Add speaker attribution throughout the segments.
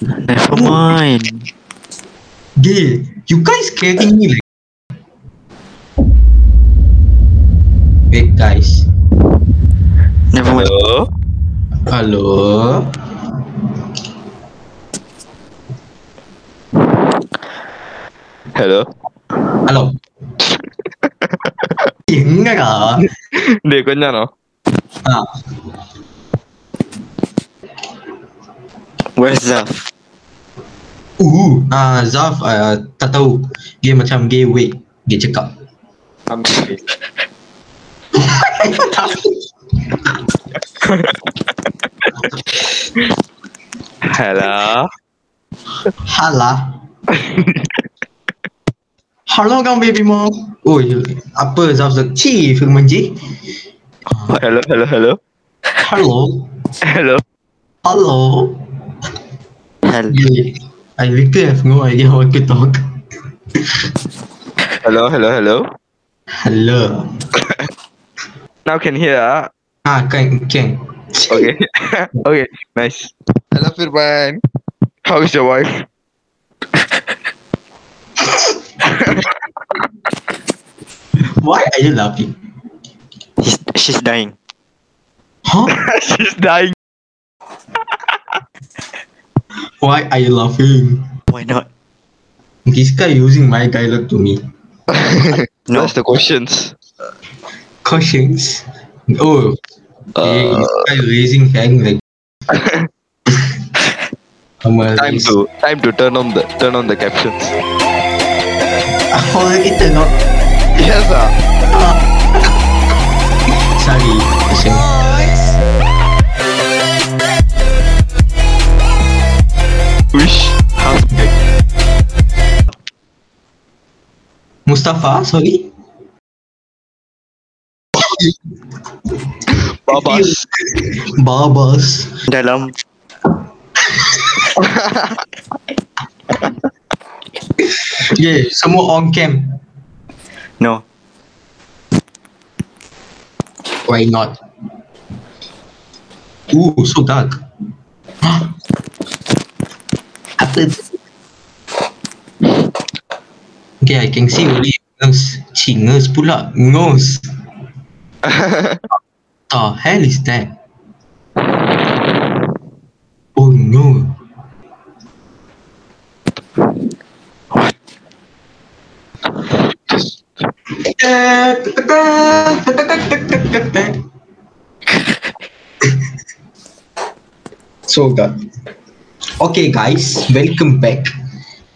Speaker 1: Never mind.
Speaker 2: Gay, you guys getting me like. Wait guys,
Speaker 1: Never mind.
Speaker 3: Hello?
Speaker 2: hello.
Speaker 3: Hello?
Speaker 2: Hello എങ്ങടാ
Speaker 3: ഡേ കുഞ്ഞാണോ
Speaker 2: ആ
Speaker 1: Where's Zaf?
Speaker 2: ഊ ആ Zaf uh, tak tahu dia macam gay wait dia cakap
Speaker 3: hello
Speaker 2: hala hello kang baby mom oi apa Zaf Ci firman je
Speaker 3: hello hello hello
Speaker 2: hello
Speaker 3: hello
Speaker 2: hello
Speaker 1: Hell.
Speaker 2: gay I really have no idea how to talk
Speaker 3: hello hello hello
Speaker 2: hello
Speaker 3: Now can hear ah?
Speaker 2: ah can can
Speaker 3: Okay Okay nice Hello Firman How is your wife?
Speaker 2: why are you laughing
Speaker 1: He's, she's dying.
Speaker 2: huh
Speaker 3: She's dying
Speaker 2: why are you laughing
Speaker 1: Why not?
Speaker 2: this guy using my dialogue to me
Speaker 1: No.
Speaker 3: That's the questions
Speaker 2: cushions. Oh,
Speaker 3: Uh,
Speaker 2: this guy raising hand like. I'm a
Speaker 3: Time to time to turn on the turn on the captions
Speaker 2: Ah, already turned off.
Speaker 3: Yes ah
Speaker 2: Sorry. Listen.
Speaker 3: Wish
Speaker 2: Mustafa, sorry.
Speaker 3: Babas
Speaker 2: Barbers.
Speaker 1: Dalam.
Speaker 2: Yeah, semua on cam.
Speaker 1: No.
Speaker 2: Why not? Ooh, so dark. Apa? Okay, I can see only nose. Cik, nose pula. Nose. the hell is that? Oh no. so good. Okay, guys, welcome back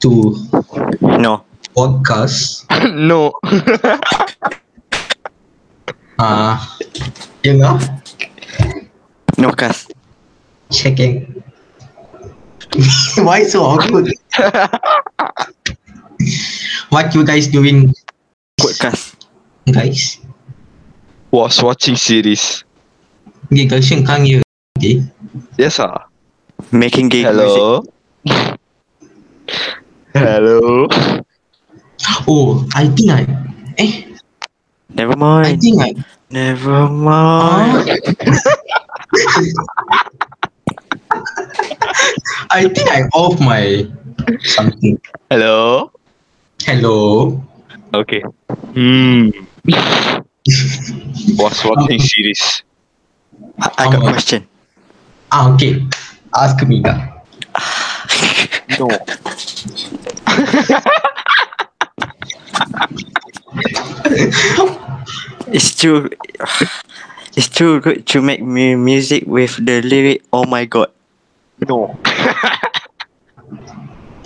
Speaker 2: to
Speaker 1: No.
Speaker 2: podcast.
Speaker 3: No
Speaker 2: Ah, uh, you know,
Speaker 1: No cast.
Speaker 2: checking. Why so awkward? what you guys doing,
Speaker 1: Quit cast.
Speaker 2: guys?
Speaker 3: Was watching series
Speaker 2: Okay, Gaishin, can't you? Okay.
Speaker 3: Yes ah
Speaker 1: Making gay music.
Speaker 3: Hello. Hello.
Speaker 2: Oh, I think I. Eh,
Speaker 1: Never
Speaker 2: I
Speaker 1: mind.
Speaker 2: think I.
Speaker 1: Never mind.
Speaker 2: I think I off my something.
Speaker 3: Hello.
Speaker 2: Hello.
Speaker 3: Okay. Hmm. Was watching series.
Speaker 1: I, I got a question.
Speaker 2: Ah, okay. Ask me now.
Speaker 3: No.
Speaker 1: It's too. It's too good to make mu- music with the lyric "Oh my God."
Speaker 3: No.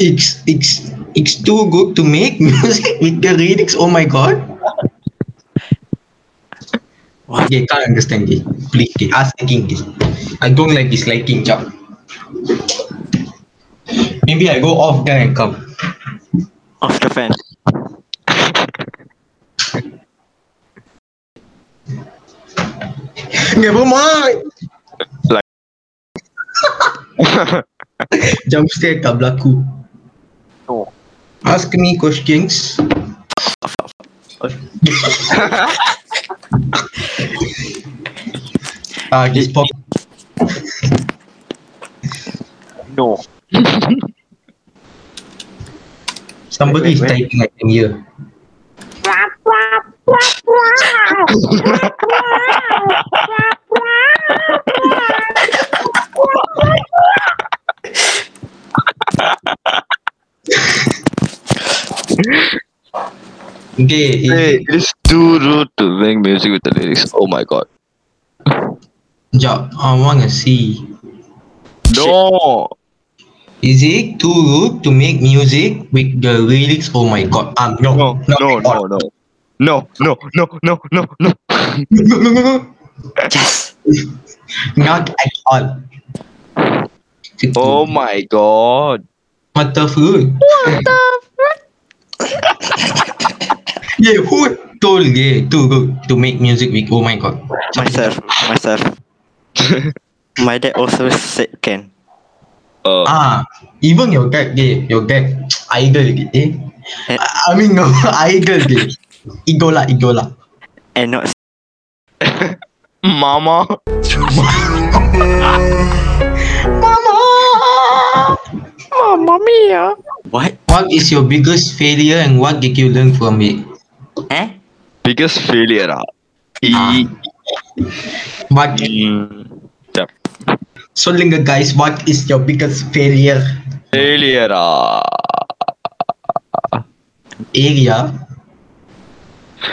Speaker 2: It's it's it's too good to make music with the lyrics. Oh my god.
Speaker 1: What?
Speaker 2: Okay, can't understand it. Please, okay, ask again. This. I don't like this liking job. Maybe I go off then I come.
Speaker 1: Off the fan.
Speaker 2: Never mind.
Speaker 3: Like-
Speaker 2: Jump straight kat berlaku.
Speaker 3: No.
Speaker 2: Ask me questions. uh, this pop
Speaker 4: No. Wait, wait,
Speaker 2: somebody is
Speaker 4: wait.
Speaker 2: typing I can hear. Okay,
Speaker 3: Hey,
Speaker 2: hey.
Speaker 3: it's too rude to make music with the lyrics. Oh my god.
Speaker 2: job. I wanna see.
Speaker 3: No!
Speaker 2: Is it too rude to make music with the lyrics? Oh my god. Um, no,
Speaker 4: No,
Speaker 2: not
Speaker 4: no,
Speaker 2: at all.
Speaker 4: no, no. No, no, no, no, no, no.
Speaker 2: no, no, no, no.
Speaker 1: Yes.
Speaker 2: Not at all.
Speaker 3: Oh my god.
Speaker 2: What the fruit? What the fruit? yeah, who told yeah too rude to make music with oh my god.
Speaker 1: Myself. Myself. My dad also said can.
Speaker 3: Uh,
Speaker 2: Ah, even your dad, yeah, your dad, idol, eh?
Speaker 1: Eh.
Speaker 2: I I mean, no, idol, yeah. Igola, Igola.
Speaker 1: And not
Speaker 3: mama.
Speaker 1: what?
Speaker 2: What is your biggest failure and what did you learn from it?
Speaker 1: Eh?
Speaker 3: Biggest failure. Ah. E-
Speaker 2: What?
Speaker 3: mm, yeah.
Speaker 2: Sollinga guys, what is your biggest failure
Speaker 3: Failure. Ah.
Speaker 2: area?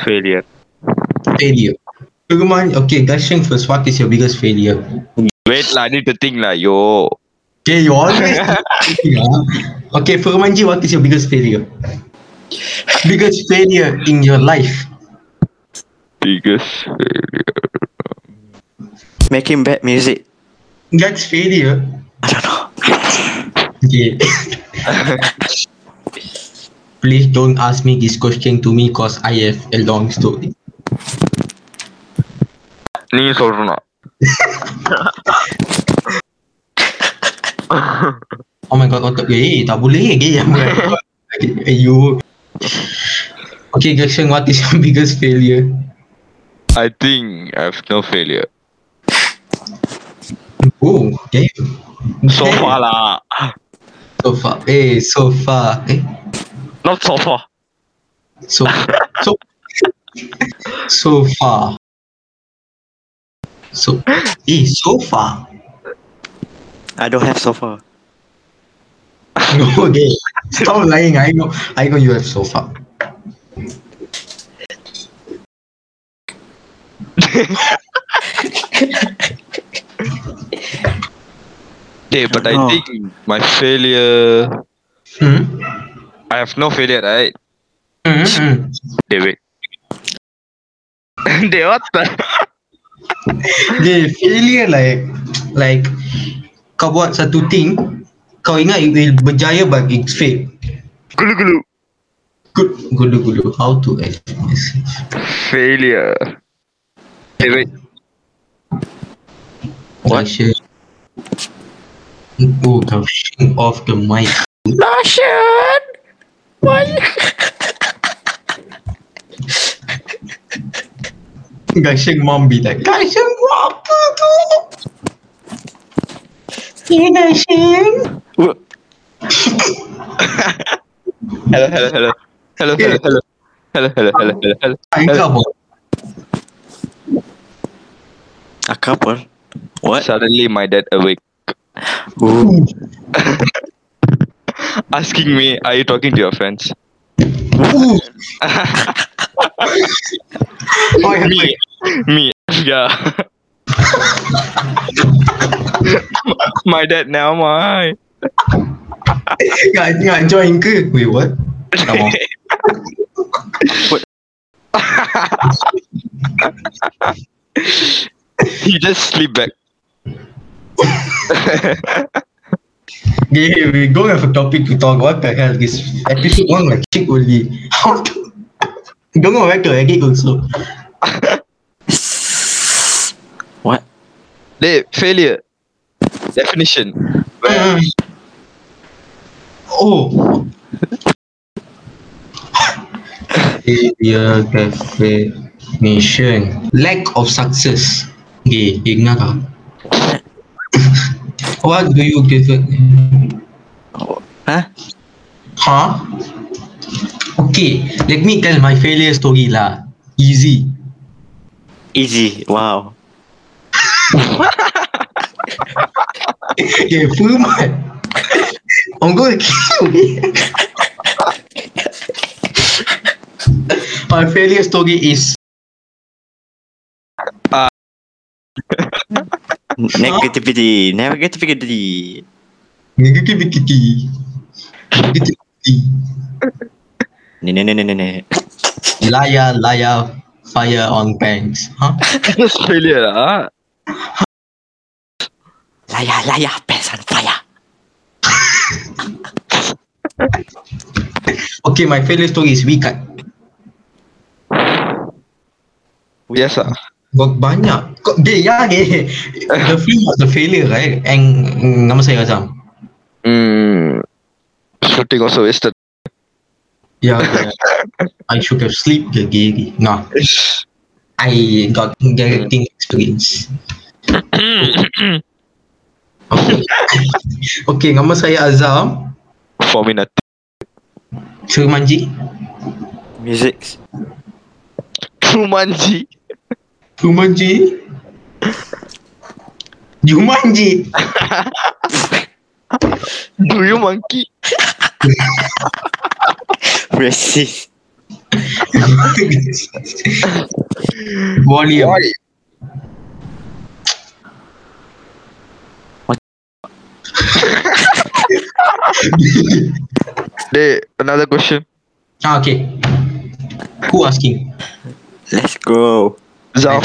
Speaker 4: Failure.
Speaker 2: Failure. Peruman, okay, guys, think first, what is your biggest failure?
Speaker 3: Wait, lah, I need to think. lah. yo.
Speaker 2: Okay, you always. yeah. Okay, Perumanji, what is your biggest failure? Biggest failure in your life?
Speaker 3: Biggest failure.
Speaker 1: Making bad music.
Speaker 2: That's failure.
Speaker 1: I don't know.
Speaker 2: Yeah. Please don't ask me this question to me because I have a long story.
Speaker 3: நீங்க சொல்றா
Speaker 2: Oh my god, otak eh, tak boleh lagi yang you. Okay, Jackson, what is your biggest failure?
Speaker 3: I think I have no failure.
Speaker 2: Oh, damn.
Speaker 3: So far lah.
Speaker 2: So far. Eh, so far. Eh,
Speaker 3: Not so far.
Speaker 2: so so so far. So eh, so far.
Speaker 1: I don't have sofa.
Speaker 2: No, okay. Stop lying. I know. I know you have so far.
Speaker 3: Okay, but I
Speaker 1: No.
Speaker 3: think my failure.
Speaker 2: Hmm.
Speaker 3: I have no failure, right?
Speaker 2: Hmm. hmm.
Speaker 3: David. They what the?
Speaker 2: Dia failure like like kau buat satu thing kau ingat it will berjaya but it's fake.
Speaker 3: Gulu gulu.
Speaker 2: Good gulu gulu how to express.
Speaker 3: Failure. David.
Speaker 2: What? Shit. Oh, the shit off the mic. Dashan! Why? Dashan mom be like, Dashan buat apa tu? Ya Dashan.
Speaker 3: Hello, hello, hello. Hello, hello, hello. Hello, hello, hello, hello, hello.
Speaker 2: Angkat apa?
Speaker 1: A couple. What?
Speaker 3: Suddenly my dad awake,
Speaker 1: Ooh.
Speaker 3: asking me, "Are you talking to your friends?"
Speaker 2: Ooh. oh, yeah.
Speaker 3: me, me, Ya. yeah. my dad now, my.
Speaker 2: Nggak, nggak join ke? Wait, what? Tak mau.
Speaker 3: He just sleep back.
Speaker 2: Okay, we don't have a topic to talk. What the hell? This episode one like shit only. How to... Don't know where to edit also.
Speaker 1: What?
Speaker 3: They failure. Definition.
Speaker 2: Uh, oh. Failure definition. Lack of success. Okay, dengar kau. What do you prefer?
Speaker 1: Huh?
Speaker 2: Huh? Ha? Okay, let me tell my failure story lah. Easy.
Speaker 1: Easy. Wow.
Speaker 2: Okay, firman. I'm going to kill you. my failure story is
Speaker 1: Negativity. Negativity.
Speaker 2: negativity. Negativity.
Speaker 1: No, no, no, no, no, no.
Speaker 2: Liar, liar, fire on banks. Ha? Huh?
Speaker 4: That's failure lah.
Speaker 1: Liar, liar, pants on fire.
Speaker 2: Okay, my failure story is weak.
Speaker 4: Yes ah.
Speaker 2: Got banyak. Got gay, yeah, gay. The film was the failure, right? And mm, nama saya Azam.
Speaker 4: Hmm. Shooting also wasted.
Speaker 2: Yeah. yeah. I should have sleep gay, gay, gay. No, I got getting experience. okay. okay, nama saya Azam.
Speaker 4: For me nothing.
Speaker 2: Firmanji.
Speaker 1: Music.
Speaker 4: Trumanji.
Speaker 2: Jumanji. Jumanji.
Speaker 4: Do you monkey?
Speaker 1: Racist.
Speaker 2: Volume.
Speaker 4: Why? They another question.
Speaker 2: Ah, okay. Who asking?
Speaker 1: Let's go.
Speaker 4: Zaf.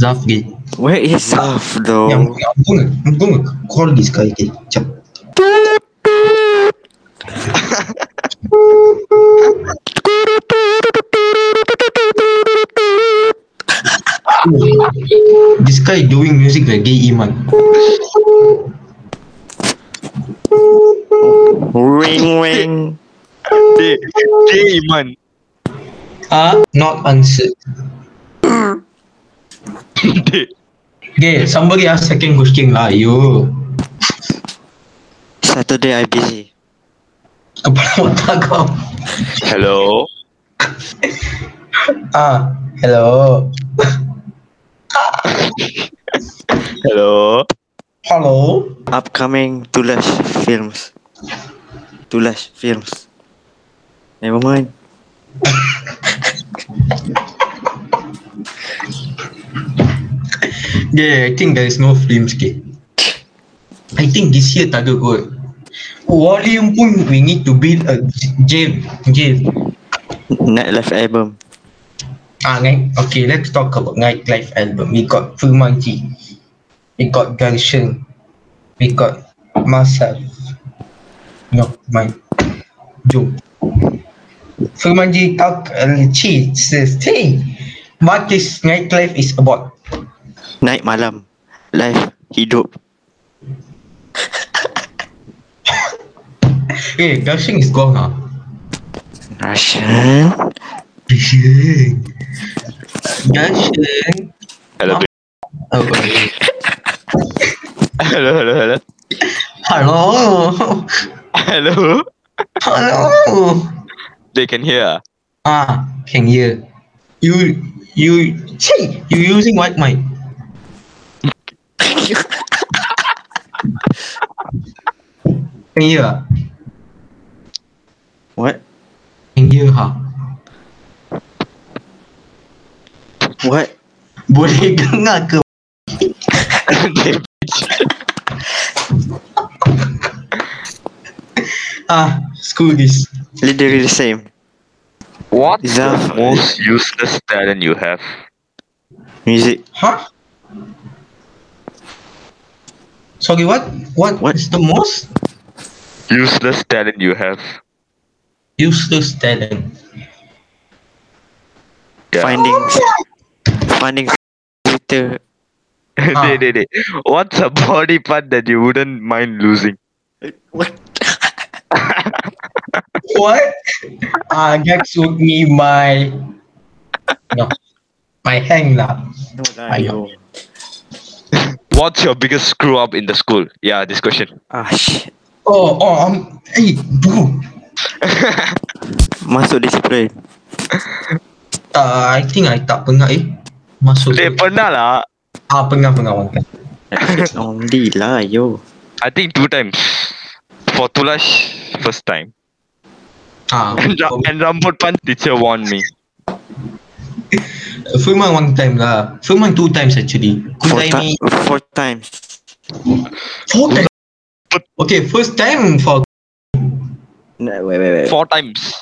Speaker 2: Zaf gay.
Speaker 1: Where is
Speaker 2: Yeah,
Speaker 1: Zaf
Speaker 2: I'm
Speaker 1: though?
Speaker 2: gonna, I'm gonna call this guy gay. Jap. This guy doing music like gay Iman.
Speaker 1: Ring, ring.
Speaker 4: They Jay Iman.
Speaker 2: Ah, not answered.
Speaker 4: They
Speaker 2: Okay, somebody ask second question lah, you.
Speaker 1: Saturday I busy.
Speaker 2: Kepala otak kau.
Speaker 4: Hello.
Speaker 2: Ah, hello.
Speaker 4: Hello.
Speaker 2: Hello.
Speaker 1: Upcoming Tulash films. Tulash films. Never mind.
Speaker 2: Yeah, I think there is no films gay. I think this year tak ada kot. Volume pun we need to build a j- jail. Jail.
Speaker 1: Nightlife album.
Speaker 2: Ah, Night. Okay, let's talk about Nightlife album. We got Fumanji. We got Ganshin. We got Masal. No, mine. Joe. Fumanji talk and cheat says, Hey, what this nightlife is about.
Speaker 1: Night malam. Life hidup.
Speaker 2: Hey, Ganshin is gone, huh?
Speaker 1: Russian.
Speaker 2: Ganshin. Ganshin.
Speaker 4: Hello. babe.
Speaker 2: Oh, okay.
Speaker 4: Hello. Hello. Hello.
Speaker 2: Hello.
Speaker 4: Hello.
Speaker 2: Hello.
Speaker 4: They can hear.
Speaker 2: Ah, can hear. You you see you using what mic? can hear. ah?
Speaker 1: What?
Speaker 2: Can hear ha.
Speaker 1: What?
Speaker 2: Boleh dengar ke? Ah, screw this.
Speaker 1: Literally the same.
Speaker 4: What's
Speaker 1: Zaf.
Speaker 4: the most useless talent you have?
Speaker 1: Music.
Speaker 2: Huh? Sorry, what? What,
Speaker 1: What?
Speaker 2: what? is the most
Speaker 4: Useless talent you have.
Speaker 2: useless talent?
Speaker 4: Yeah.
Speaker 1: Findings. Findings. Twitter.
Speaker 4: Dey, dey, dey. What's a body part that you wouldn't mind losing?
Speaker 1: What?
Speaker 2: What? Ah, Jax would me my no, my hang lah.
Speaker 1: No,
Speaker 2: Ayuh.
Speaker 1: no.
Speaker 3: What's your biggest screw up in the school? Yeah, this question.
Speaker 1: Ah, shit.
Speaker 2: Oh, oh, um, hey, bro.
Speaker 1: Masuk display.
Speaker 2: Uh, I think I tak pernah eh. Masuk.
Speaker 3: Eh, pernah lah.
Speaker 2: Ah, pernah, pernah. one time.
Speaker 1: Only lah, yo.
Speaker 3: I think two times. For Tulash, first time.
Speaker 2: Ah,
Speaker 3: And, Ra- and Rambut Pan teacher warned me.
Speaker 2: Firman one time lah. Firman two times actually.
Speaker 1: Four,
Speaker 2: Kuzai
Speaker 1: ti-
Speaker 2: ni
Speaker 1: four times.
Speaker 2: four times. Okay, first time for
Speaker 1: No, wait, wait, wait.
Speaker 3: Four times.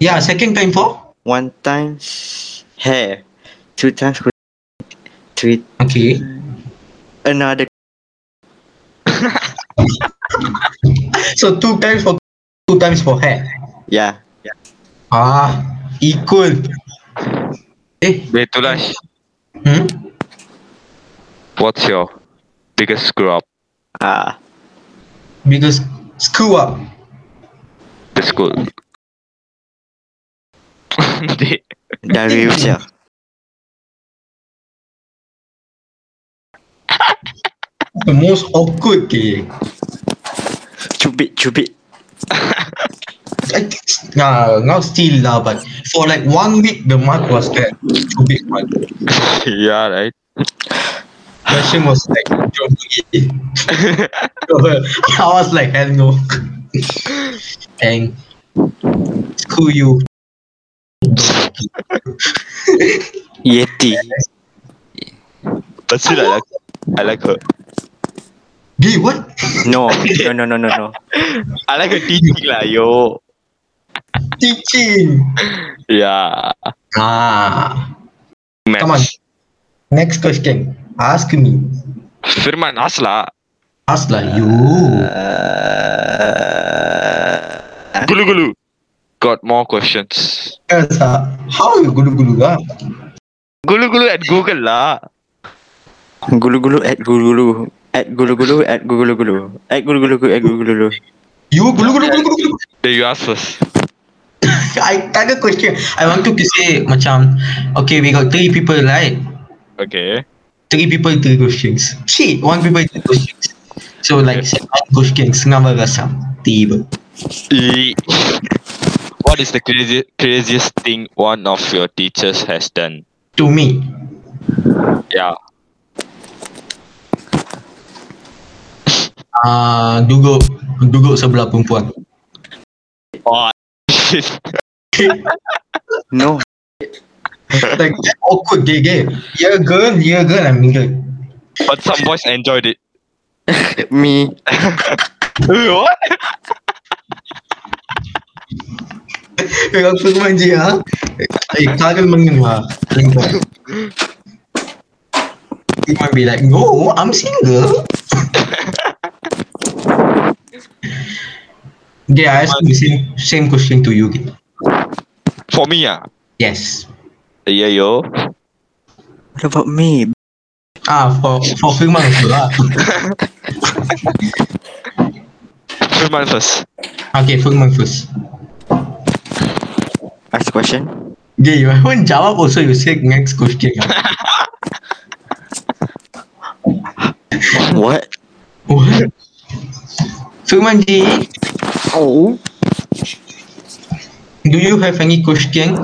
Speaker 2: yeah, second time for
Speaker 1: One times hair. Two times ku- three.
Speaker 2: okay.
Speaker 1: Another.
Speaker 2: So two times for two times for hair.
Speaker 1: Yeah.
Speaker 2: Ah, equal. Eh,
Speaker 3: Wait, Tulash,
Speaker 2: hmm?
Speaker 3: what's your biggest screw up
Speaker 1: Ah.
Speaker 2: Because screw up.
Speaker 3: the school? They-
Speaker 1: Dari usia.
Speaker 2: The most awkward ke.
Speaker 1: Cubit, cubit.
Speaker 2: I think nah, now still lah, but for like one week the mark was there. Too big mark.
Speaker 3: yeah, right.
Speaker 2: Question was like, jom pergi. I was like, hell no. and screw you.
Speaker 1: Yeti.
Speaker 3: But still, I like, I like her.
Speaker 2: Gee, what?
Speaker 1: No. No, no, no, no, no.
Speaker 3: I like her teaching lah, yo.
Speaker 2: Teaching.
Speaker 3: Yeah.
Speaker 2: Ah,
Speaker 3: Maths.
Speaker 2: come on. Next question. Ask me.
Speaker 3: Firman, ask lah.
Speaker 2: Ask lah you.
Speaker 1: Uh,
Speaker 3: Gulu gulu. Got more questions.
Speaker 2: Yes, ah. How you gulu gulu lah?
Speaker 3: Gulu gulu at Google lah.
Speaker 1: Gulu-gulu at gulu-gulu. At gulu-gulu at gulu-gulu. At gulu-gulu at gulu-gulu.
Speaker 2: You gulu gulu gulu gulu. gulu.
Speaker 3: Then you ask first.
Speaker 2: I tak ada question. I want to say macam, okay, we got three people right?
Speaker 3: Okay.
Speaker 2: three people three questions. Shit, one people three questions. So like seven questions, nama rasa tiba.
Speaker 3: E- What is the crazy, craziest thing one of your teachers has done?
Speaker 2: To me,
Speaker 3: Yeah.
Speaker 2: ah uh, duduk duduk sebelah perempuan.
Speaker 3: Oh,
Speaker 1: No.
Speaker 2: like awkward gay gay. Yeah girl, yeah girl, I'm girl.
Speaker 3: but some boys enjoyed it.
Speaker 1: Me.
Speaker 3: what?
Speaker 2: Kalau perempuan je ha. Eh, kagal mengenwa. You might be like, no, I'm single. yeah, I ask the same, same question to you. Gay.
Speaker 3: For me, yeah.
Speaker 2: Yes.
Speaker 3: Yeah, yo.
Speaker 1: What about me?
Speaker 2: Ah, for for firman tu lah.
Speaker 3: Firman first.
Speaker 2: Okay, firman first.
Speaker 1: Ask question.
Speaker 2: Okay, you haven't jawab also you say next question.
Speaker 1: What?
Speaker 2: What? Firman ji,
Speaker 1: Oh.
Speaker 2: do you have any question?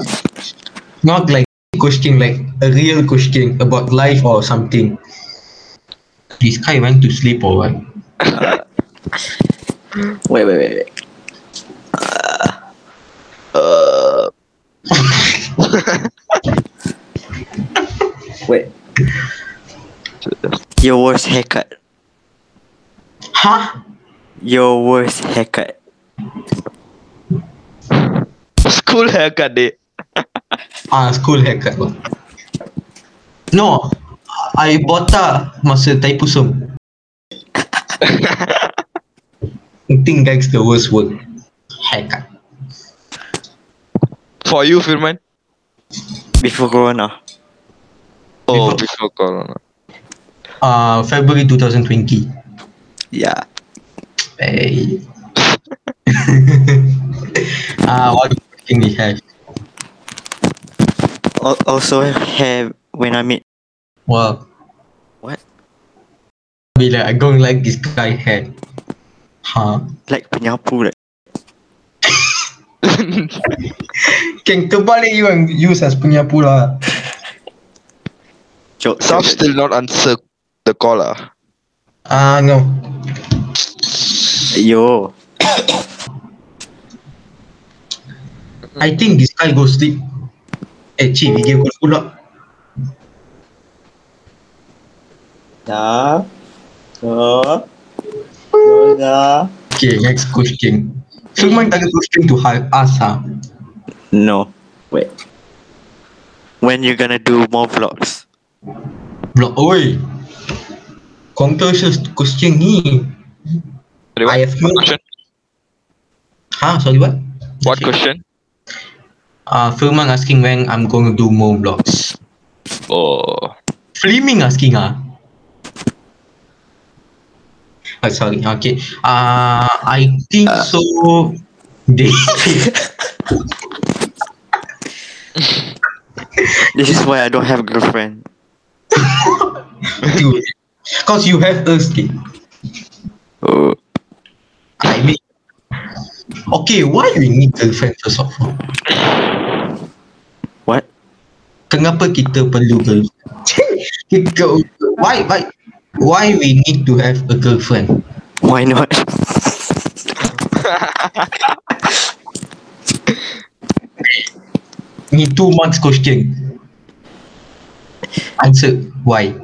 Speaker 2: Not like question, like a real question about life or something. This guy went to sleep or what?
Speaker 1: Wait, wait, wait, wait. Uh, uh, wait. Your worst haircut.
Speaker 2: Huh?
Speaker 1: Your worst haircut.
Speaker 3: School haircut day.
Speaker 2: Ah, school haircut lah. No, I botak masa tai pusing. I think that's the worst word. Haircut.
Speaker 3: For you, Firman?
Speaker 1: Before Corona.
Speaker 3: Oh, before Corona.
Speaker 2: Uh, February 2020.
Speaker 1: Yeah.
Speaker 2: Hey. Ah, what thing we have?
Speaker 1: Al- Also, hair when I meet.
Speaker 2: Wow.
Speaker 1: What?
Speaker 2: Bila I going like this guy head. Ha. Huh?
Speaker 1: Like penyapu like
Speaker 2: King terbalik you and use as penyapu lah.
Speaker 1: Jok
Speaker 4: Some still not answer the call ah.
Speaker 2: Ah no.
Speaker 1: Yo
Speaker 2: I think this guy go sleep. Eh cik video call pula.
Speaker 1: Dah Dah Dah
Speaker 2: Okay next question. Firman tak ada question to ha- ask ha.
Speaker 1: No Wait When you gonna do more vlogs?
Speaker 2: Blok oi. Controversial question ni.
Speaker 3: Sorry, what-
Speaker 2: I have
Speaker 3: what
Speaker 2: no-
Speaker 3: question?
Speaker 2: Ha sorry what?
Speaker 3: What question?
Speaker 2: Ah uh, Firman asking when I'm going to do more vlogs.
Speaker 3: Oh,
Speaker 2: Fleming asking ah. Oh, sorry. Okay. Uh, I think so. They
Speaker 1: This is why I don't have girlfriend
Speaker 2: dude, cause you have us. okay.
Speaker 1: Oh
Speaker 2: I mean, okay. Why we need girlfriend first of all?
Speaker 1: What?
Speaker 2: Kenapa kita perlu girlfriend? kita why why why we need to have a girlfriend?
Speaker 1: Why not?
Speaker 2: Ni two months question. Answer why?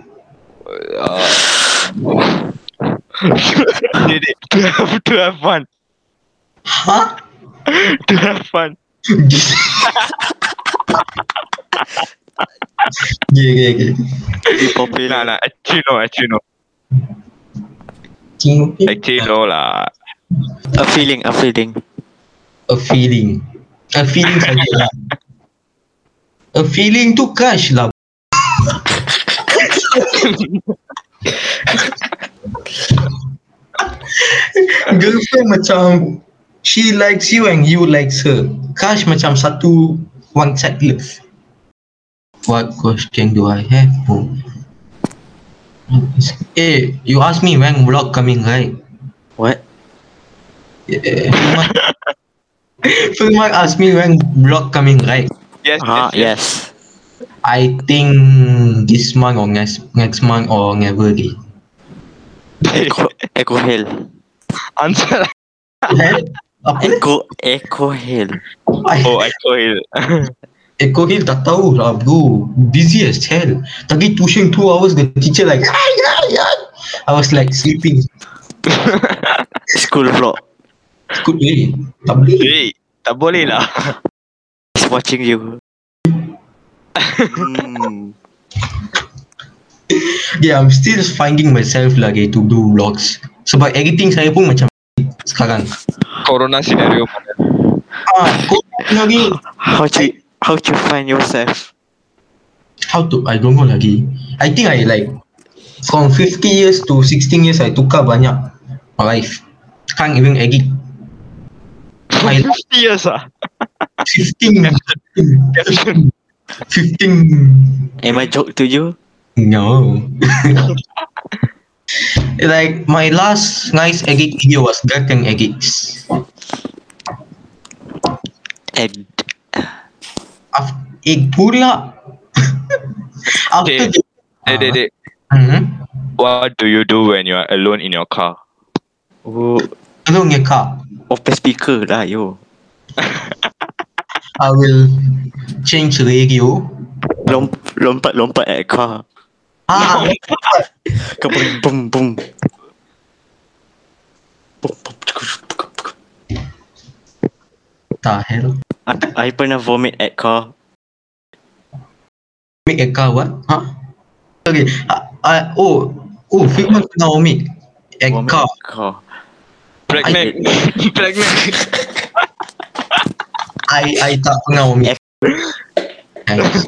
Speaker 3: did it to have to have fun,
Speaker 2: Huh?
Speaker 3: to have fun.
Speaker 2: Okay, okay, okay.
Speaker 1: Be
Speaker 3: Nah,
Speaker 1: popular
Speaker 3: nah. Actually no, actually no,
Speaker 2: Think
Speaker 3: actually no lah.
Speaker 1: A feeling A feeling
Speaker 2: a feeling. A feeling saja lah. A feeling tu crush lah. Girlfriend macam she likes you and you likes her. Crush macam satu one side love. What question do I have? bro? Eh, you ask me when vlog coming right?
Speaker 1: What?
Speaker 2: Yeah, Firman- Firman asked me when vlog coming right.
Speaker 3: Yes,
Speaker 1: Ah,
Speaker 3: yes, yes.
Speaker 1: yes
Speaker 2: I think this month or next next month or never day.
Speaker 1: Echo Echo Hill
Speaker 3: Answer.
Speaker 2: Eh? Apa?
Speaker 1: Echo Echo Hill
Speaker 2: I,
Speaker 3: Oh, I told.
Speaker 2: Eko Hill tak tahu lah bro. Busy as hell. Tadi tuition 2 hours the teacher like ay, ay, ay. I was like sleeping.
Speaker 1: School vlog
Speaker 2: Good day. Tak boleh.
Speaker 3: Hey, tak boleh lah.
Speaker 1: is watching you. Hmm.
Speaker 2: Yeah, I'm still finding myself lagi to do vlogs. Sebab editing saya pun macam sekarang.
Speaker 3: Corona scenario.
Speaker 2: Ah, kau lagi
Speaker 1: How to how to find yourself?
Speaker 2: how to I don't know lagi. I think I like from 50 years to 16 years I tukar banyak my life. Can't even edit. I like
Speaker 3: 50 years ah.
Speaker 2: 15 15 15
Speaker 1: Am I joke to you?
Speaker 2: no. like my last nice edit video was Gakeng edits.
Speaker 1: And
Speaker 2: After it eh, pula after
Speaker 3: Okay.
Speaker 2: the
Speaker 3: Dey, dey, dey.
Speaker 2: Mhm.
Speaker 3: What do you do when you are alone in your car?
Speaker 1: oh,
Speaker 2: Tolong ya kak.
Speaker 1: open speaker lah yo.
Speaker 2: I will change radio.
Speaker 1: Lomp, lompat lompat at car.
Speaker 2: Ah,
Speaker 1: Kau boom boom boom. Boom, boom.
Speaker 2: tak hell.
Speaker 1: I, I pernah vomit at car.
Speaker 2: Make a car what? Huh? ah. Ha? Okay. Uh, uh, oh, oh, Figma pernah omik. A
Speaker 1: Vomit
Speaker 2: car.
Speaker 1: at car.
Speaker 3: Pregnant. Pregnant.
Speaker 2: I, I tak pernah omik. Thanks.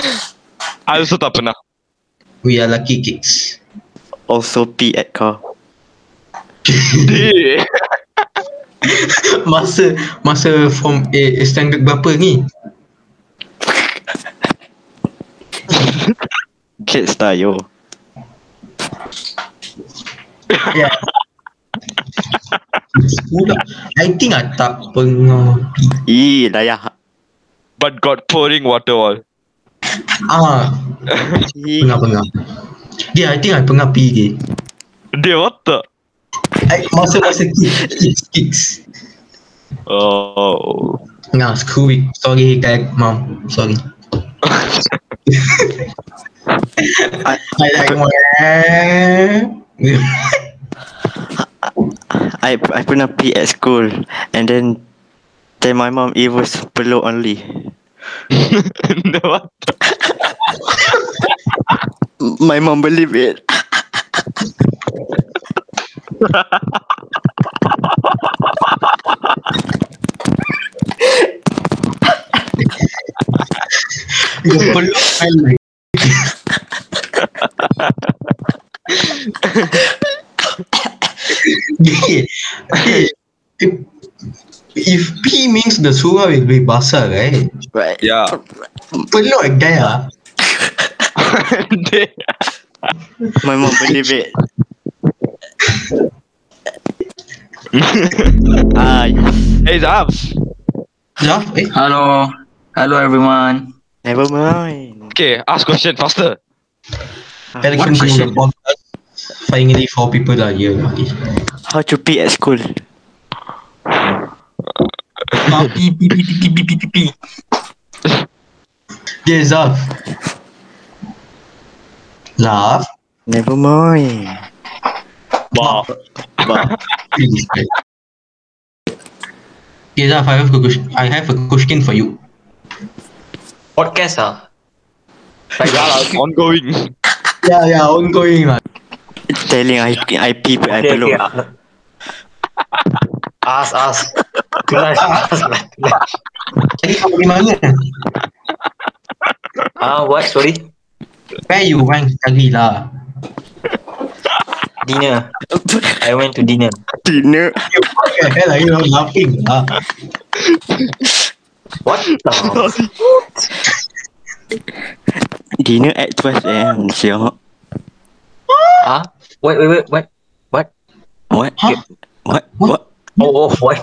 Speaker 3: I also tak pernah.
Speaker 2: We are lucky kids.
Speaker 1: Also pee at car.
Speaker 3: Dey.
Speaker 2: masa masa form A eh, standard berapa ni?
Speaker 1: Kids lah yo.
Speaker 2: Yeah. Sekolah. I think I tak pernah pi-
Speaker 1: Ih, layak.
Speaker 3: But got pouring water all.
Speaker 2: Ah,
Speaker 1: Ih,
Speaker 2: pernah pernah. Yeah, I think I pernah pi dia.
Speaker 3: They what the?
Speaker 2: I masa masa kids kids kids.
Speaker 3: Oh.
Speaker 2: Nah, screw it. Sorry, guys, mom. Sorry. I, I like eh. my.
Speaker 1: I I pernah pee at school and then then my mom it was below only.
Speaker 3: the what?
Speaker 1: My mom believe it.
Speaker 2: Dia perlu highlight. Okay. Okay. If- If P means the surah will be basah, right?
Speaker 1: Right.
Speaker 3: Yeah.
Speaker 2: Penuh guy ah.
Speaker 3: They-
Speaker 1: My mom believe it. Ah,
Speaker 3: hey, Zab.
Speaker 2: Zaf, eh?
Speaker 5: Hello. Hello, everyone.
Speaker 1: never mind.
Speaker 3: Okay, ask question faster.
Speaker 2: Welcome to the podcast. Finally, four people are here. Okay.
Speaker 1: How to pee at school?
Speaker 5: Ah, P, P, P, P, P, P, P, P, P.
Speaker 2: Okay, Zaf. Zaf.
Speaker 1: Never mind.
Speaker 3: Wow.
Speaker 1: But
Speaker 2: please. Okay, Zaf, I have a question. I have a question for you.
Speaker 5: Podcast ah.
Speaker 3: Ongoing.
Speaker 2: Yeah, yeah, ongoing lah.
Speaker 1: telling I I pee I
Speaker 5: Okay,
Speaker 1: below.
Speaker 5: okay, ah. Ask, ask. Tulis, ask lah, tulis.
Speaker 2: Tadi kau pergi mana?
Speaker 5: Ah, what? Sorry.
Speaker 2: Where you went sekali lah.
Speaker 5: Dinner. I went to dinner.
Speaker 1: Dinner.
Speaker 2: What the hell are you all laughing lah?
Speaker 5: What the?
Speaker 1: Dinner at 12 am. Siap.
Speaker 5: Ah? Wait, wait, wait, what? What?
Speaker 1: What?
Speaker 2: Huh?
Speaker 1: What? What?
Speaker 5: Oh, oh, what?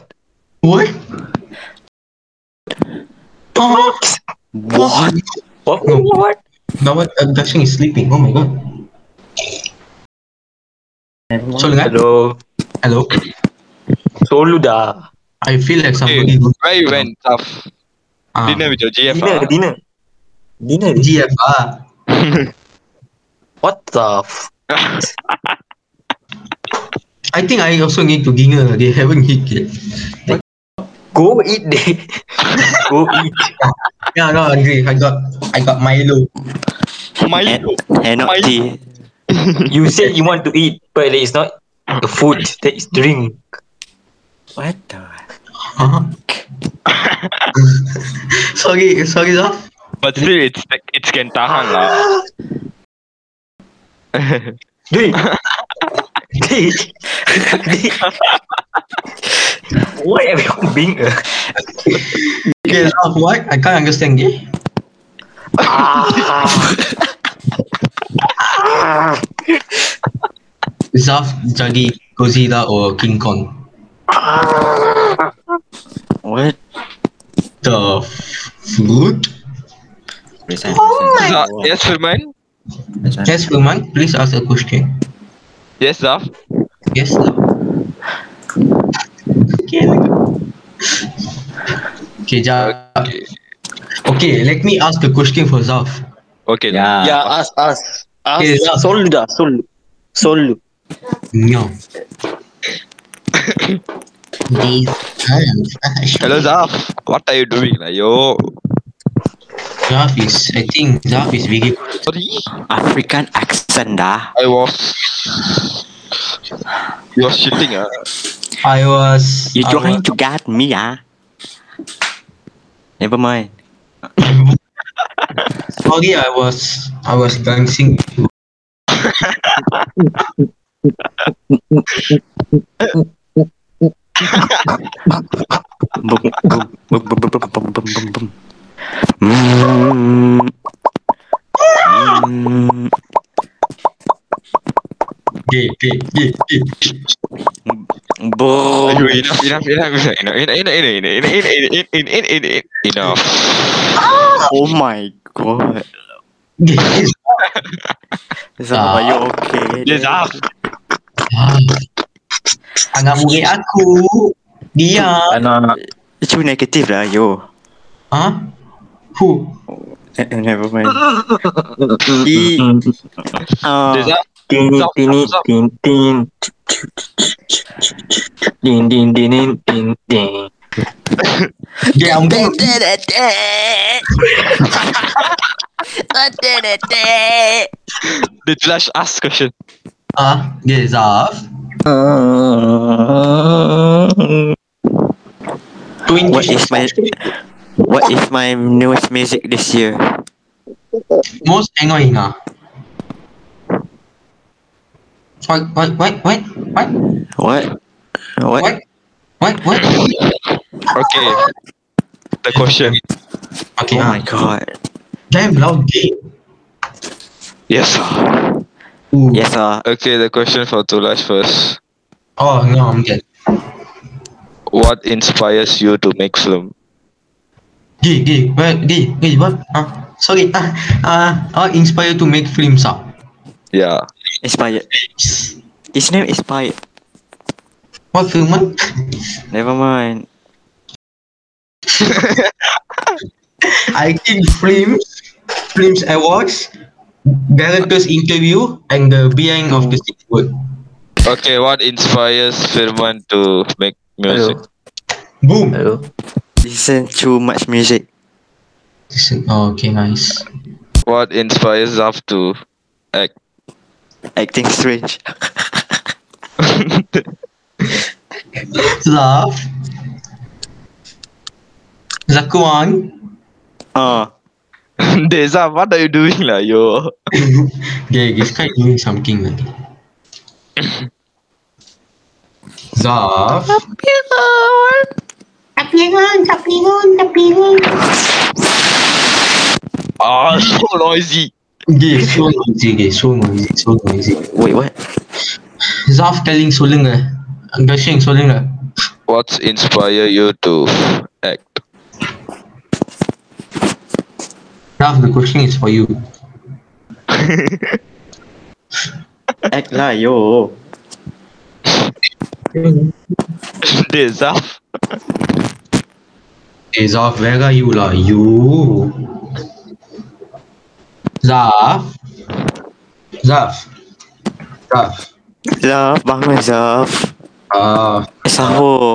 Speaker 2: What? Oh,
Speaker 1: What?
Speaker 5: What?
Speaker 2: No.
Speaker 5: What?
Speaker 2: now what? Uh, Dakshin is sleeping. Oh my god. Solongan?
Speaker 5: Hello.
Speaker 2: eh? Hello?
Speaker 5: Solu dah.
Speaker 2: I feel like somebody
Speaker 3: Okay,
Speaker 2: go
Speaker 3: where you went, Zaf?
Speaker 2: Ah.
Speaker 3: Dinner with your GF.
Speaker 5: Dinner,
Speaker 3: ah?
Speaker 5: dinner. Dinner.
Speaker 2: GF ah.
Speaker 5: What the? F-
Speaker 2: I think I also need to dinner. They haven't hit yet.
Speaker 5: Go eat day. Go eat.
Speaker 2: Yeah, no, Andre. I got I got Milo.
Speaker 3: Milo.
Speaker 1: And not
Speaker 3: Milo.
Speaker 1: tea.
Speaker 5: You say you want to eat, but it's not the food. That is drink.
Speaker 1: What the?
Speaker 2: Huh? sorry, sorry lah.
Speaker 3: But still, it's it's can tahan lah.
Speaker 5: Day. Day. Day. Why are you being uh? a
Speaker 2: Okay, Zaf, what? I can't understand. Eh? Zaf, Jagi, Godzilla or King Kong?
Speaker 1: What?
Speaker 2: The food?
Speaker 1: Present.
Speaker 3: Zaf, yes, Firman?
Speaker 2: Yes, Firman, please ask a question.
Speaker 3: Yes, Zaf?
Speaker 2: Yes, Zaf. Okay. Okay, ja-
Speaker 3: Okay.
Speaker 2: okay, let me ask a question for Zaf.
Speaker 3: Okay.
Speaker 1: Yeah.
Speaker 5: Yeah, ask, ask. Ask.
Speaker 2: Okay, so-
Speaker 5: Solu dah, solu. Solu.
Speaker 2: No. These hands.
Speaker 3: Hello, Zaf. What are you doing? Like, yo.
Speaker 2: Zaf is, I think Zaf is very
Speaker 3: Sorry.
Speaker 1: African accent ah. dah.
Speaker 3: I was. You was shitting, ah.
Speaker 2: I was.
Speaker 1: You
Speaker 2: I
Speaker 1: trying
Speaker 2: was,
Speaker 1: to get me ah? Never mind.
Speaker 2: sorry, I was. I was dancing.
Speaker 1: Boom, boom, boom, boom, boom, boom, boom, boom, boom, boom. Mm. Mm.
Speaker 2: yeah, yeah, yeah, yeah.
Speaker 1: Bro.
Speaker 3: Aduh, enough, enough, enough, enough, enough, enough, enough, enough, enough, enough, enough, enough, enough.
Speaker 1: Oh my god.
Speaker 2: Yes.
Speaker 1: Zaf, are you okay?
Speaker 3: Dia Zaf.
Speaker 2: Anak murid aku. Dia.
Speaker 5: Anak
Speaker 1: Itu negative lah, yo.
Speaker 2: Ha? Who?
Speaker 1: Eh, eh, Never mind. He,
Speaker 5: Mm,
Speaker 3: Dia
Speaker 1: uh,
Speaker 3: Zaf.
Speaker 5: Tini
Speaker 3: Stop,
Speaker 5: tini
Speaker 3: stop, stop.
Speaker 5: tin tin Din din din din din din
Speaker 2: Dia ambang.
Speaker 3: Dia flash ask question.
Speaker 2: Ah, dia Zaf.
Speaker 1: what is my what is my newest music this year?
Speaker 2: Most annoying ah. What, what, what, what, what,
Speaker 1: What? What?
Speaker 2: what, what, what?
Speaker 3: Okay. The question.
Speaker 2: Okay, ah.
Speaker 1: Oh my god.
Speaker 2: Damn loud game.
Speaker 3: Yes. sir.
Speaker 2: Ooh.
Speaker 1: Yes, ah.
Speaker 3: Okay, the question for Tulash first.
Speaker 2: Oh no, I'm dead.
Speaker 3: What inspires you to make film?
Speaker 2: Gay, gay, what, gay, gay, what? Ah, sorry. Ah, ah, I inspired to make films ah.
Speaker 3: Yeah.
Speaker 1: Inspired. His name is Inspired.
Speaker 2: What film? ah?
Speaker 1: Never mind.
Speaker 2: I think films, films awards, directors interview, and the behind of the six word.
Speaker 3: Okay, what inspires Firman to make music?
Speaker 2: Boom.
Speaker 5: Hello
Speaker 1: Listen to much music.
Speaker 2: Listen. Oh, okay, nice.
Speaker 3: What inspires Zaf to act?
Speaker 1: Acting strange.
Speaker 2: Love. Zakuan.
Speaker 1: Ah.
Speaker 3: Dia Zaf, what are you doing lah, yo?
Speaker 2: Yeah, this guy doing something. Like. Zaf.
Speaker 3: Ah, so noisy.
Speaker 2: Yeah, so noisy, yeah, so noisy, so noisy.
Speaker 1: Wait, what?
Speaker 2: Zaf telling eh. சொல்லுங்க கஷிங் சொல்லுங்க
Speaker 3: What's inspire you to act?
Speaker 2: Zaf, the question is for you.
Speaker 1: Act lah, yo.
Speaker 3: Dia Zaf.
Speaker 2: Hey, Zaf, where are you lah? You. Zaf. Zaf. Zaf.
Speaker 1: Zaf, bangun Zaf.
Speaker 2: Ah,
Speaker 1: Eh, Sahur.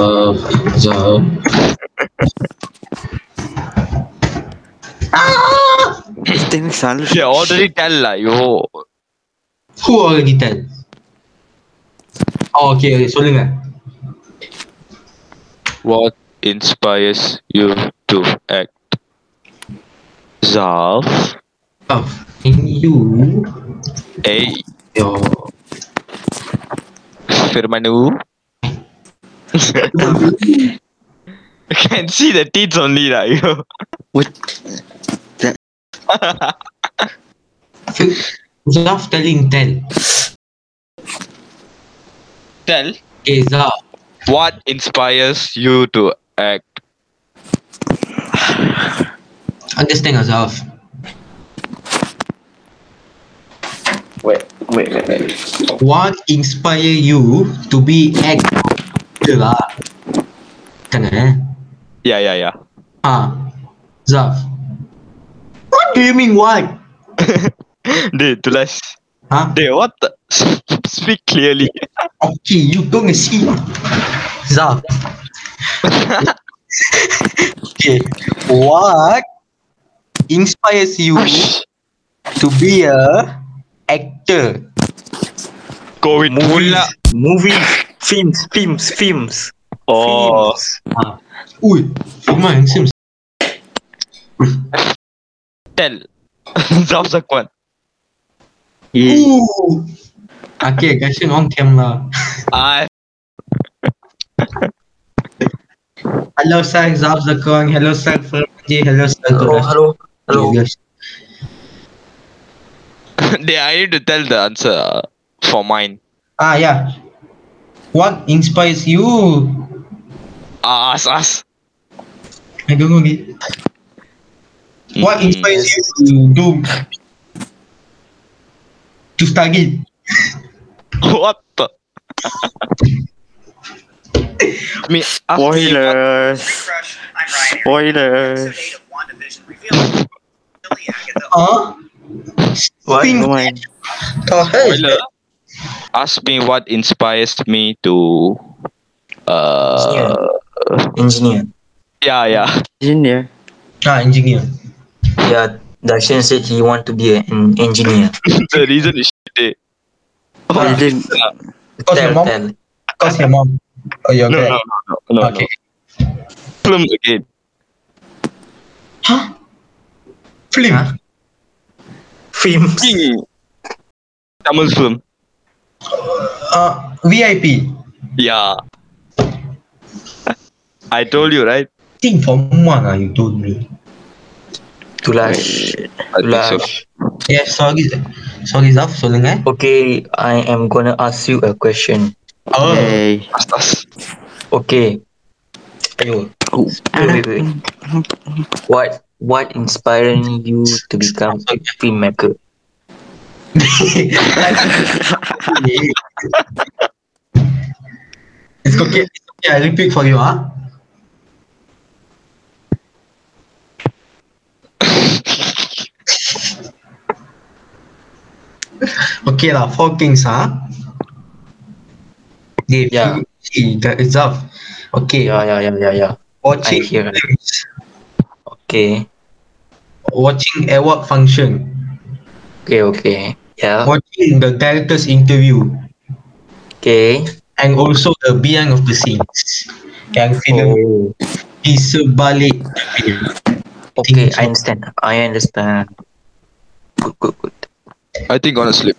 Speaker 2: Uh, so. ah!
Speaker 1: This thing sounds
Speaker 3: They already tell lah, yo.
Speaker 2: Who already tell? Oh, okay, okay, சொல்லுங்க.
Speaker 3: What inspires you to act? Zaf?
Speaker 2: Oh, in you.
Speaker 3: Hey,
Speaker 2: Yo.
Speaker 3: Firmanu? You can see the teeth only lah, yo.
Speaker 1: What?
Speaker 2: Zaf telling tell.
Speaker 3: Tell.
Speaker 2: Okay, Zaf.
Speaker 3: What inspires you to act?
Speaker 2: Understand ah, Zaf.
Speaker 1: Wait, wait, wait, wait.
Speaker 2: What inspire you to be act? Lah. Kan eh?
Speaker 3: Yeah, yeah, yeah.
Speaker 2: Ah. Zaf. What do you mean what?
Speaker 3: Dude, Tulas.
Speaker 2: Huh?
Speaker 3: Dude, what the? Speak clearly.
Speaker 2: Okay, you gonna see Zaf. okay, what inspires you to be a actor?
Speaker 3: Go with Mula.
Speaker 5: Movie Films Films Films
Speaker 3: Oh,
Speaker 2: Ui, Firman handsome.
Speaker 3: tell. Zaf Zakwan.
Speaker 5: yeah.
Speaker 2: Ooh. Okay, question on camera.
Speaker 3: I.
Speaker 2: Hello, sir. Zaf Zakon. Hello, sir. Firman J. Hello, sir.
Speaker 5: Hello hello Hello
Speaker 2: Yes.
Speaker 3: Dude, I need to tell the answer. uh, for mine.
Speaker 2: Ah, yeah. What inspires you?
Speaker 3: Ah, Ask us.
Speaker 2: I don't know. Nick. What inspires you to do? To study?
Speaker 3: What the? me, ask me what-
Speaker 1: Spoilers.
Speaker 6: Crush, I'm Ryan. Episode
Speaker 1: Spoilers.
Speaker 6: 8 of WandaVision reveals Billy Agatha
Speaker 2: Huh?
Speaker 5: What?
Speaker 2: Think
Speaker 1: Oh my.
Speaker 2: the hell?
Speaker 3: Spoiler. Ask me what inspires me to. Uh,
Speaker 5: Engineer.
Speaker 3: yeah, yeah.
Speaker 1: Junior.
Speaker 2: Ah, engineer.
Speaker 5: Yeah, Dakshan said he want to be an engineer.
Speaker 3: the reason is shit. eh?
Speaker 1: Oh, you didn't.
Speaker 2: Because your
Speaker 5: Tell,
Speaker 2: mom?
Speaker 5: tell.
Speaker 2: Because your mom? Or your
Speaker 3: No,
Speaker 2: dad?
Speaker 3: no, no, no, no.
Speaker 2: okay.
Speaker 3: Film again.
Speaker 2: Film?
Speaker 5: Huh? Films.
Speaker 3: King. Tamil film.
Speaker 2: Uh, VIP?
Speaker 3: Yeah. I told you, right?
Speaker 2: Think for one, ah, you told me.
Speaker 5: Tulas.
Speaker 3: I think so.
Speaker 5: Tulas.
Speaker 2: Yeah, Eh, sorry. Sorry, Zaf, eh? சொல்லுங்க.
Speaker 5: Okay, I am gonna ask you a question.
Speaker 2: Oh.
Speaker 1: Hey.
Speaker 3: Ask us.
Speaker 5: Okay. Ayo,
Speaker 1: Oh.
Speaker 5: wait, wait, wait. What what inspiring you to become a filmmaker?
Speaker 2: it's okay. It's okay. I repeat for you, ah. huh? okay lah, four things, huh? Okay,
Speaker 5: Yeah.
Speaker 2: few- see, the it's up. Okay,
Speaker 5: Yeah, yeah, yeah, yeah, yeah.
Speaker 2: watching
Speaker 5: I hear.
Speaker 2: films,
Speaker 5: Okay.
Speaker 2: watching award function,
Speaker 5: Okay, okay. Ya, Yeah.
Speaker 2: watching the director's interview,
Speaker 5: Okay.
Speaker 2: and also the behind of the scenes. Yang film
Speaker 5: Oh.
Speaker 2: di sebalik film.
Speaker 5: Okay, I understand. I understand. Good, good, good.
Speaker 3: I think gonna sleep.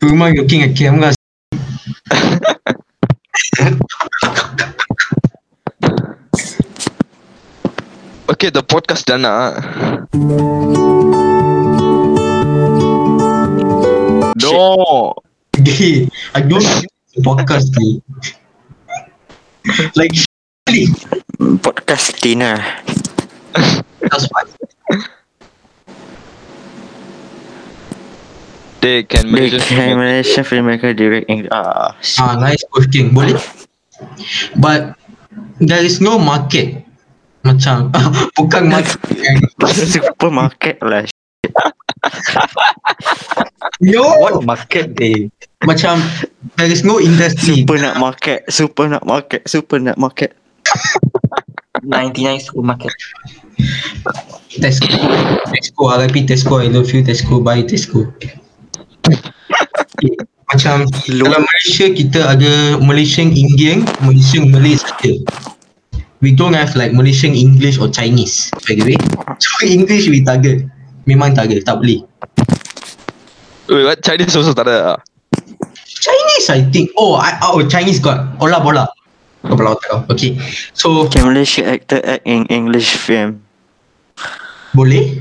Speaker 2: Rumah looking at camera.
Speaker 3: Okay, the podcast done. Ah. No.
Speaker 2: Gay. I don't do podcast gay. like
Speaker 1: Podcast dinner.
Speaker 2: that's why.
Speaker 3: They can
Speaker 1: The
Speaker 3: Malaysian film
Speaker 1: Malaysian filmmaker direct English. Ah. shit.
Speaker 2: Ah, nice question. Boleh. But there is no market. Macam bukan market.
Speaker 1: Supermarket lah.
Speaker 2: No.
Speaker 5: What market they?
Speaker 2: Macam there is no industry.
Speaker 1: Super nak market. Super nak market. Super nak market.
Speaker 5: 99 supermarket.
Speaker 2: Tesco. Tesco. RIP Tesco. I love you Tesco. Bye Tesco. Macam dalam Malaysia kita ada Malaysian Indian, Malaysian Malay saja. We don't have like Malaysian English or Chinese by the way. So English we target. Memang target, tak boleh.
Speaker 3: Wait, what? Chinese also tak ada ah?
Speaker 2: Chinese I think. Oh, I, oh Chinese got. Ola bola. Kau belau tak kau. Okay. So
Speaker 1: Can Malaysian actor act in English film?
Speaker 2: boleh?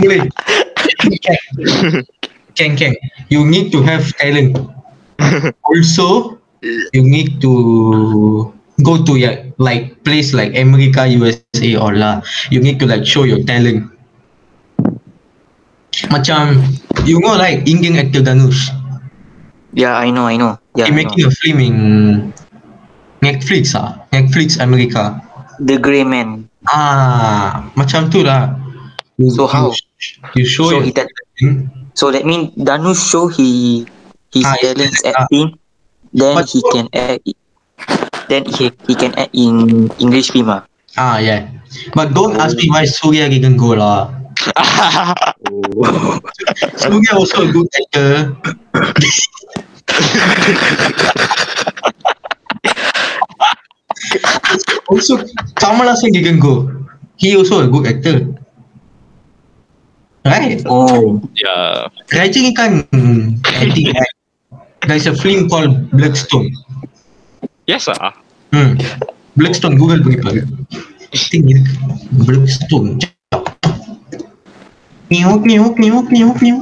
Speaker 2: boleh. Can can. You need to have talent. also, you need to go to yeah, like place like America, USA or lah. You need to like show your talent. Macam you know like Indian actor Ganush.
Speaker 5: Yeah, Ya, I know, I know. Yeah,
Speaker 2: He
Speaker 5: I
Speaker 2: making
Speaker 5: know.
Speaker 2: a film in Netflix ah, Netflix America.
Speaker 5: The Grey Man.
Speaker 2: Ah, macam tu lah. You-
Speaker 5: So how?
Speaker 2: You, you show
Speaker 5: So
Speaker 2: your
Speaker 5: he that
Speaker 2: talent.
Speaker 5: so that means Danush show he his
Speaker 2: Ah, he's
Speaker 5: talents
Speaker 2: talent, ah.
Speaker 5: acting, then
Speaker 2: But-
Speaker 5: he can act. i- Then he he can act in English film ah.
Speaker 2: Ah yeah. But don't ask me why Surya didn't go lah. Oh. Surya also a good actor. also Kamal Hassan didn't go. He also a good actor. Right?
Speaker 5: Oh,
Speaker 3: Yeah.
Speaker 2: Rajin kan hmm, I think I- there's a film called Blackstone.
Speaker 3: Yes ah.
Speaker 2: Hmm. Blackstone Google pergi pakai. I think it- Blackstone. Meow, meow, meow, meow, meow.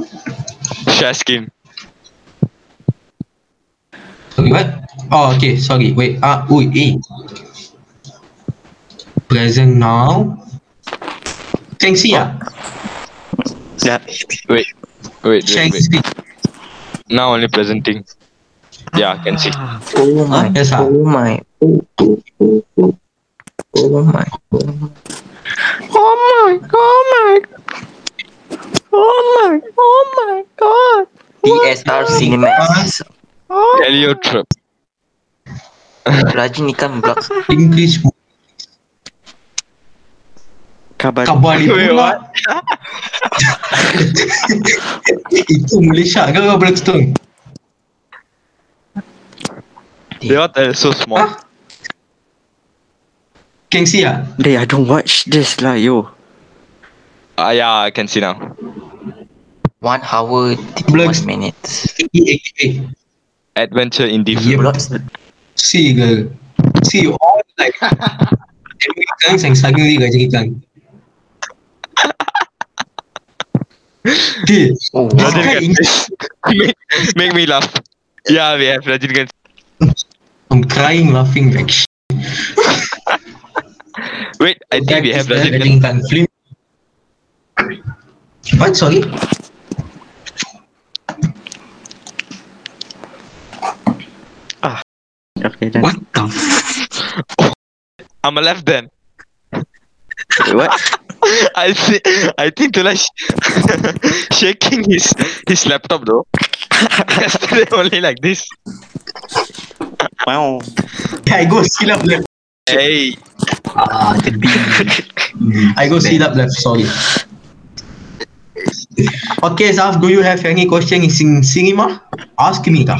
Speaker 3: Should I scream?
Speaker 2: Sorry, what? Oh, okay, sorry. Wait, ah, uh, wait, eh. Present now. Shang-Chi ah?
Speaker 1: Yeah.
Speaker 3: Wait, wait, wait, wait.
Speaker 2: Shang-Chi.
Speaker 3: Now only presenting. Yeah, I can see.
Speaker 5: Oh my,
Speaker 2: Yes, ah.
Speaker 5: oh my, oh, oh, oh, oh, oh my, oh my.
Speaker 1: Oh my, oh my. Oh my, oh my god.
Speaker 5: DSR Cinemax.
Speaker 1: Oh.
Speaker 3: Helio trip.
Speaker 5: Rajinikan blocks.
Speaker 2: English
Speaker 1: Kabar.
Speaker 2: Kabar itu
Speaker 3: Wait,
Speaker 2: lah. Itu Malaysia ke kau boleh tutung?
Speaker 3: They all are so small.
Speaker 2: Kengsi ah?
Speaker 1: They, I don't watch this lah, yo.
Speaker 3: Ah, yeah, I can see now.
Speaker 5: One hour, 31 minutes.
Speaker 2: EAA.
Speaker 3: Adventure in deep.
Speaker 2: Yep.
Speaker 5: Blocks.
Speaker 2: See girl. See you all like Americans and suddenly kau jadi kan. Dude,
Speaker 5: Oh,
Speaker 2: This
Speaker 5: wow.
Speaker 2: guy
Speaker 3: Rajin make, make me laugh. Yeah, we have Rajin can.
Speaker 2: I'm crying laughing like shit.
Speaker 3: Wait, I think we have Rajin can.
Speaker 2: Rajin Khan film. What? Sorry?
Speaker 1: Okay, then.
Speaker 2: What the f-
Speaker 3: I'm a left then.
Speaker 1: What?
Speaker 3: I see. I think to like sh- shaking his his laptop though. Yesterday only like this.
Speaker 1: Wow.
Speaker 2: I go sit up left.
Speaker 3: Hey,
Speaker 2: Ah, the B. I go sit up left. Sorry. Okay, Zaf, do you have any question in cinema? Ask me, da.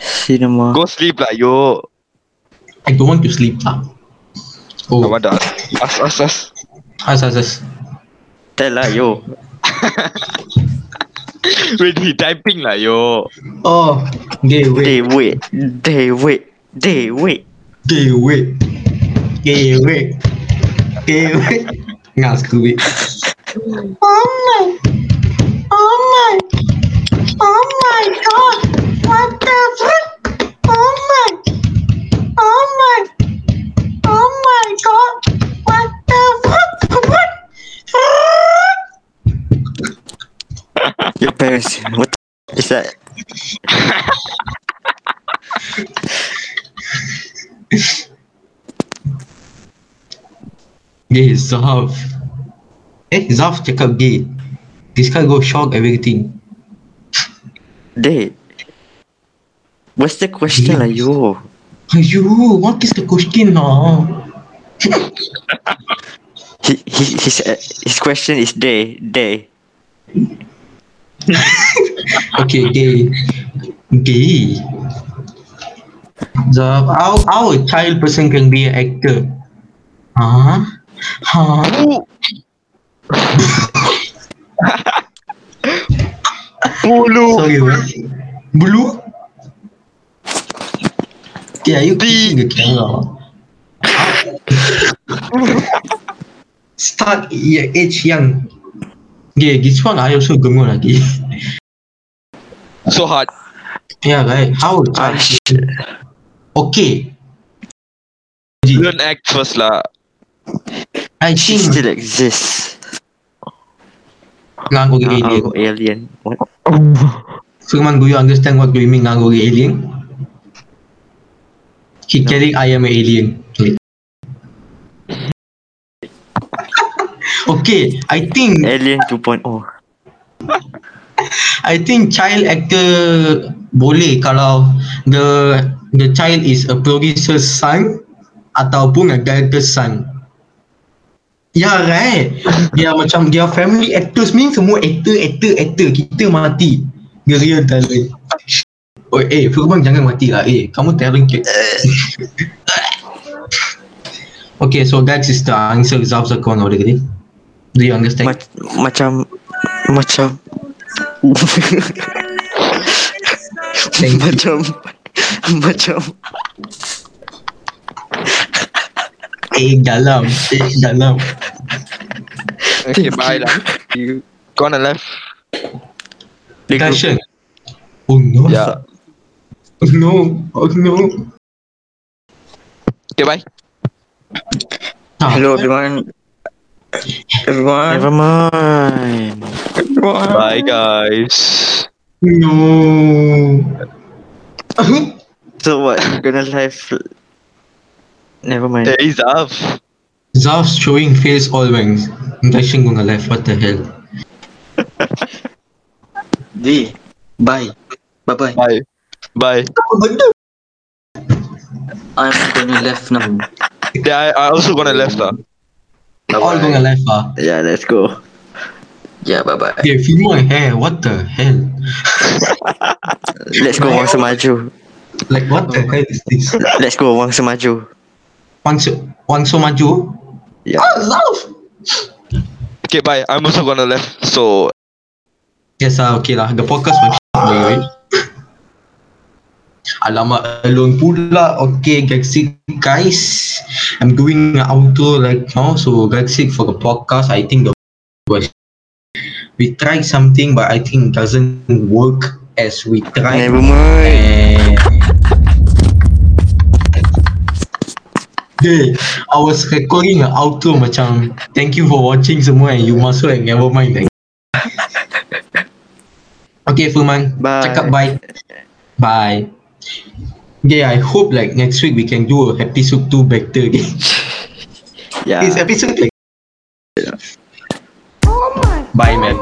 Speaker 1: Cinema.
Speaker 3: go sleep lah, yo.
Speaker 2: I don't want to sleep, da.
Speaker 3: I
Speaker 2: Oh,
Speaker 3: want to ask, ask, ask, ask.
Speaker 2: as, as, as.
Speaker 1: Tell lah, yo.
Speaker 3: Wait, he typing lah, yo.
Speaker 2: Oh, gay, wait.
Speaker 1: They wait. They wait. They wait.
Speaker 2: Gay, wait. Gay, wait. Gay, wait. Nah, Scooby. Oh my. Oh my. Oh my god. What the frick? Oh my. Oh my. Oh my god. What the frick? What?
Speaker 1: Your parents. What the is that?
Speaker 2: Gay Zaf. Eh, Zaf cakap gay. This guy go shock everything.
Speaker 1: They. What's the question lah, yo?
Speaker 2: Ayo, what is the question now?
Speaker 1: He, he, his, uh, his question is they. They.
Speaker 2: Okay, gay. Gay. The how how a child person can be an actor? Huh? Huh?
Speaker 4: Bulu.
Speaker 2: Sorry, what? Blue? Yeah, you kissing the camera. Start your age young. Yeah, this one I also gemuk lagi.
Speaker 3: So hard.
Speaker 2: Yeah, right. How a
Speaker 1: Ah,
Speaker 2: child?
Speaker 1: shit.
Speaker 2: Okay,
Speaker 3: Learn act first lah.
Speaker 2: I
Speaker 1: She
Speaker 2: think
Speaker 1: still exists.
Speaker 2: nganggur
Speaker 1: Uh,
Speaker 2: alien.
Speaker 1: alien. alien. What?
Speaker 2: Firman, do you understand what do you mean nganggur alien? He carry I am an alien. okay, I think
Speaker 1: Alien oh. 2.0.
Speaker 2: I think child actor boleh kalau the the child is a producer's son ataupun a director's son. Ya yeah, right. Dia macam dia family actors ni semua actor actor actor kita mati. The real talent. Oh eh Firman jangan mati lah eh kamu talent ke? okay so that is the answer Zaf Zakon over there. Do you understand?
Speaker 1: Mac- macam macam
Speaker 2: Thank you.
Speaker 1: macam macam
Speaker 2: Eh dalam, eh dalam.
Speaker 4: Okay, bye lah. you gonna left.
Speaker 1: The group.
Speaker 2: Dashan. Oh no.
Speaker 4: Yeah.
Speaker 2: Oh no. Oh no.
Speaker 4: Okay, bye.
Speaker 1: Hello everyone.
Speaker 5: Everyone,
Speaker 1: Never mind.
Speaker 3: Bye, guys.
Speaker 2: No.
Speaker 1: So what? you gonna live? Never mind.
Speaker 3: There is up.
Speaker 2: Zaf's showing face always. Dashan gonna left. What the hell?
Speaker 5: V. Bye. Bye bye.
Speaker 3: Bye. Bye.
Speaker 5: I'm gonna left now.
Speaker 3: Yeah, I, I also gonna left lah.
Speaker 2: All gonna left. Ah.
Speaker 1: Yeah, let's go.
Speaker 5: Yeah, bye bye.
Speaker 2: Yeah, few more hair. What the hell?
Speaker 1: Let's go Wang Semaju.
Speaker 2: Like what the hell is this?
Speaker 1: Let's go Wang Semaju.
Speaker 2: Wang so Wang so maju.
Speaker 1: Yeah.
Speaker 2: Ah, Zaf.
Speaker 3: Okay, bye. I'm also gonna left. So
Speaker 2: Yes, ah, okay lah. The podcast was shit, right? Alamak, alone pula. Okay, Gaxic guys. I'm doing an outro right now. So, Gaxic for the podcast, I think the was we tried something, but I think it doesn't work as we tried.
Speaker 1: Never mind.
Speaker 2: And... Dey, I was recording an outro macam Thank you for watching semua and you masuk and never mind like. Okay Firman,
Speaker 1: Bye.
Speaker 2: cakap bye Bye Okay, I hope like next week we can do a episode 2 better again
Speaker 1: Yeah.
Speaker 2: It's episode like Oh my Bye man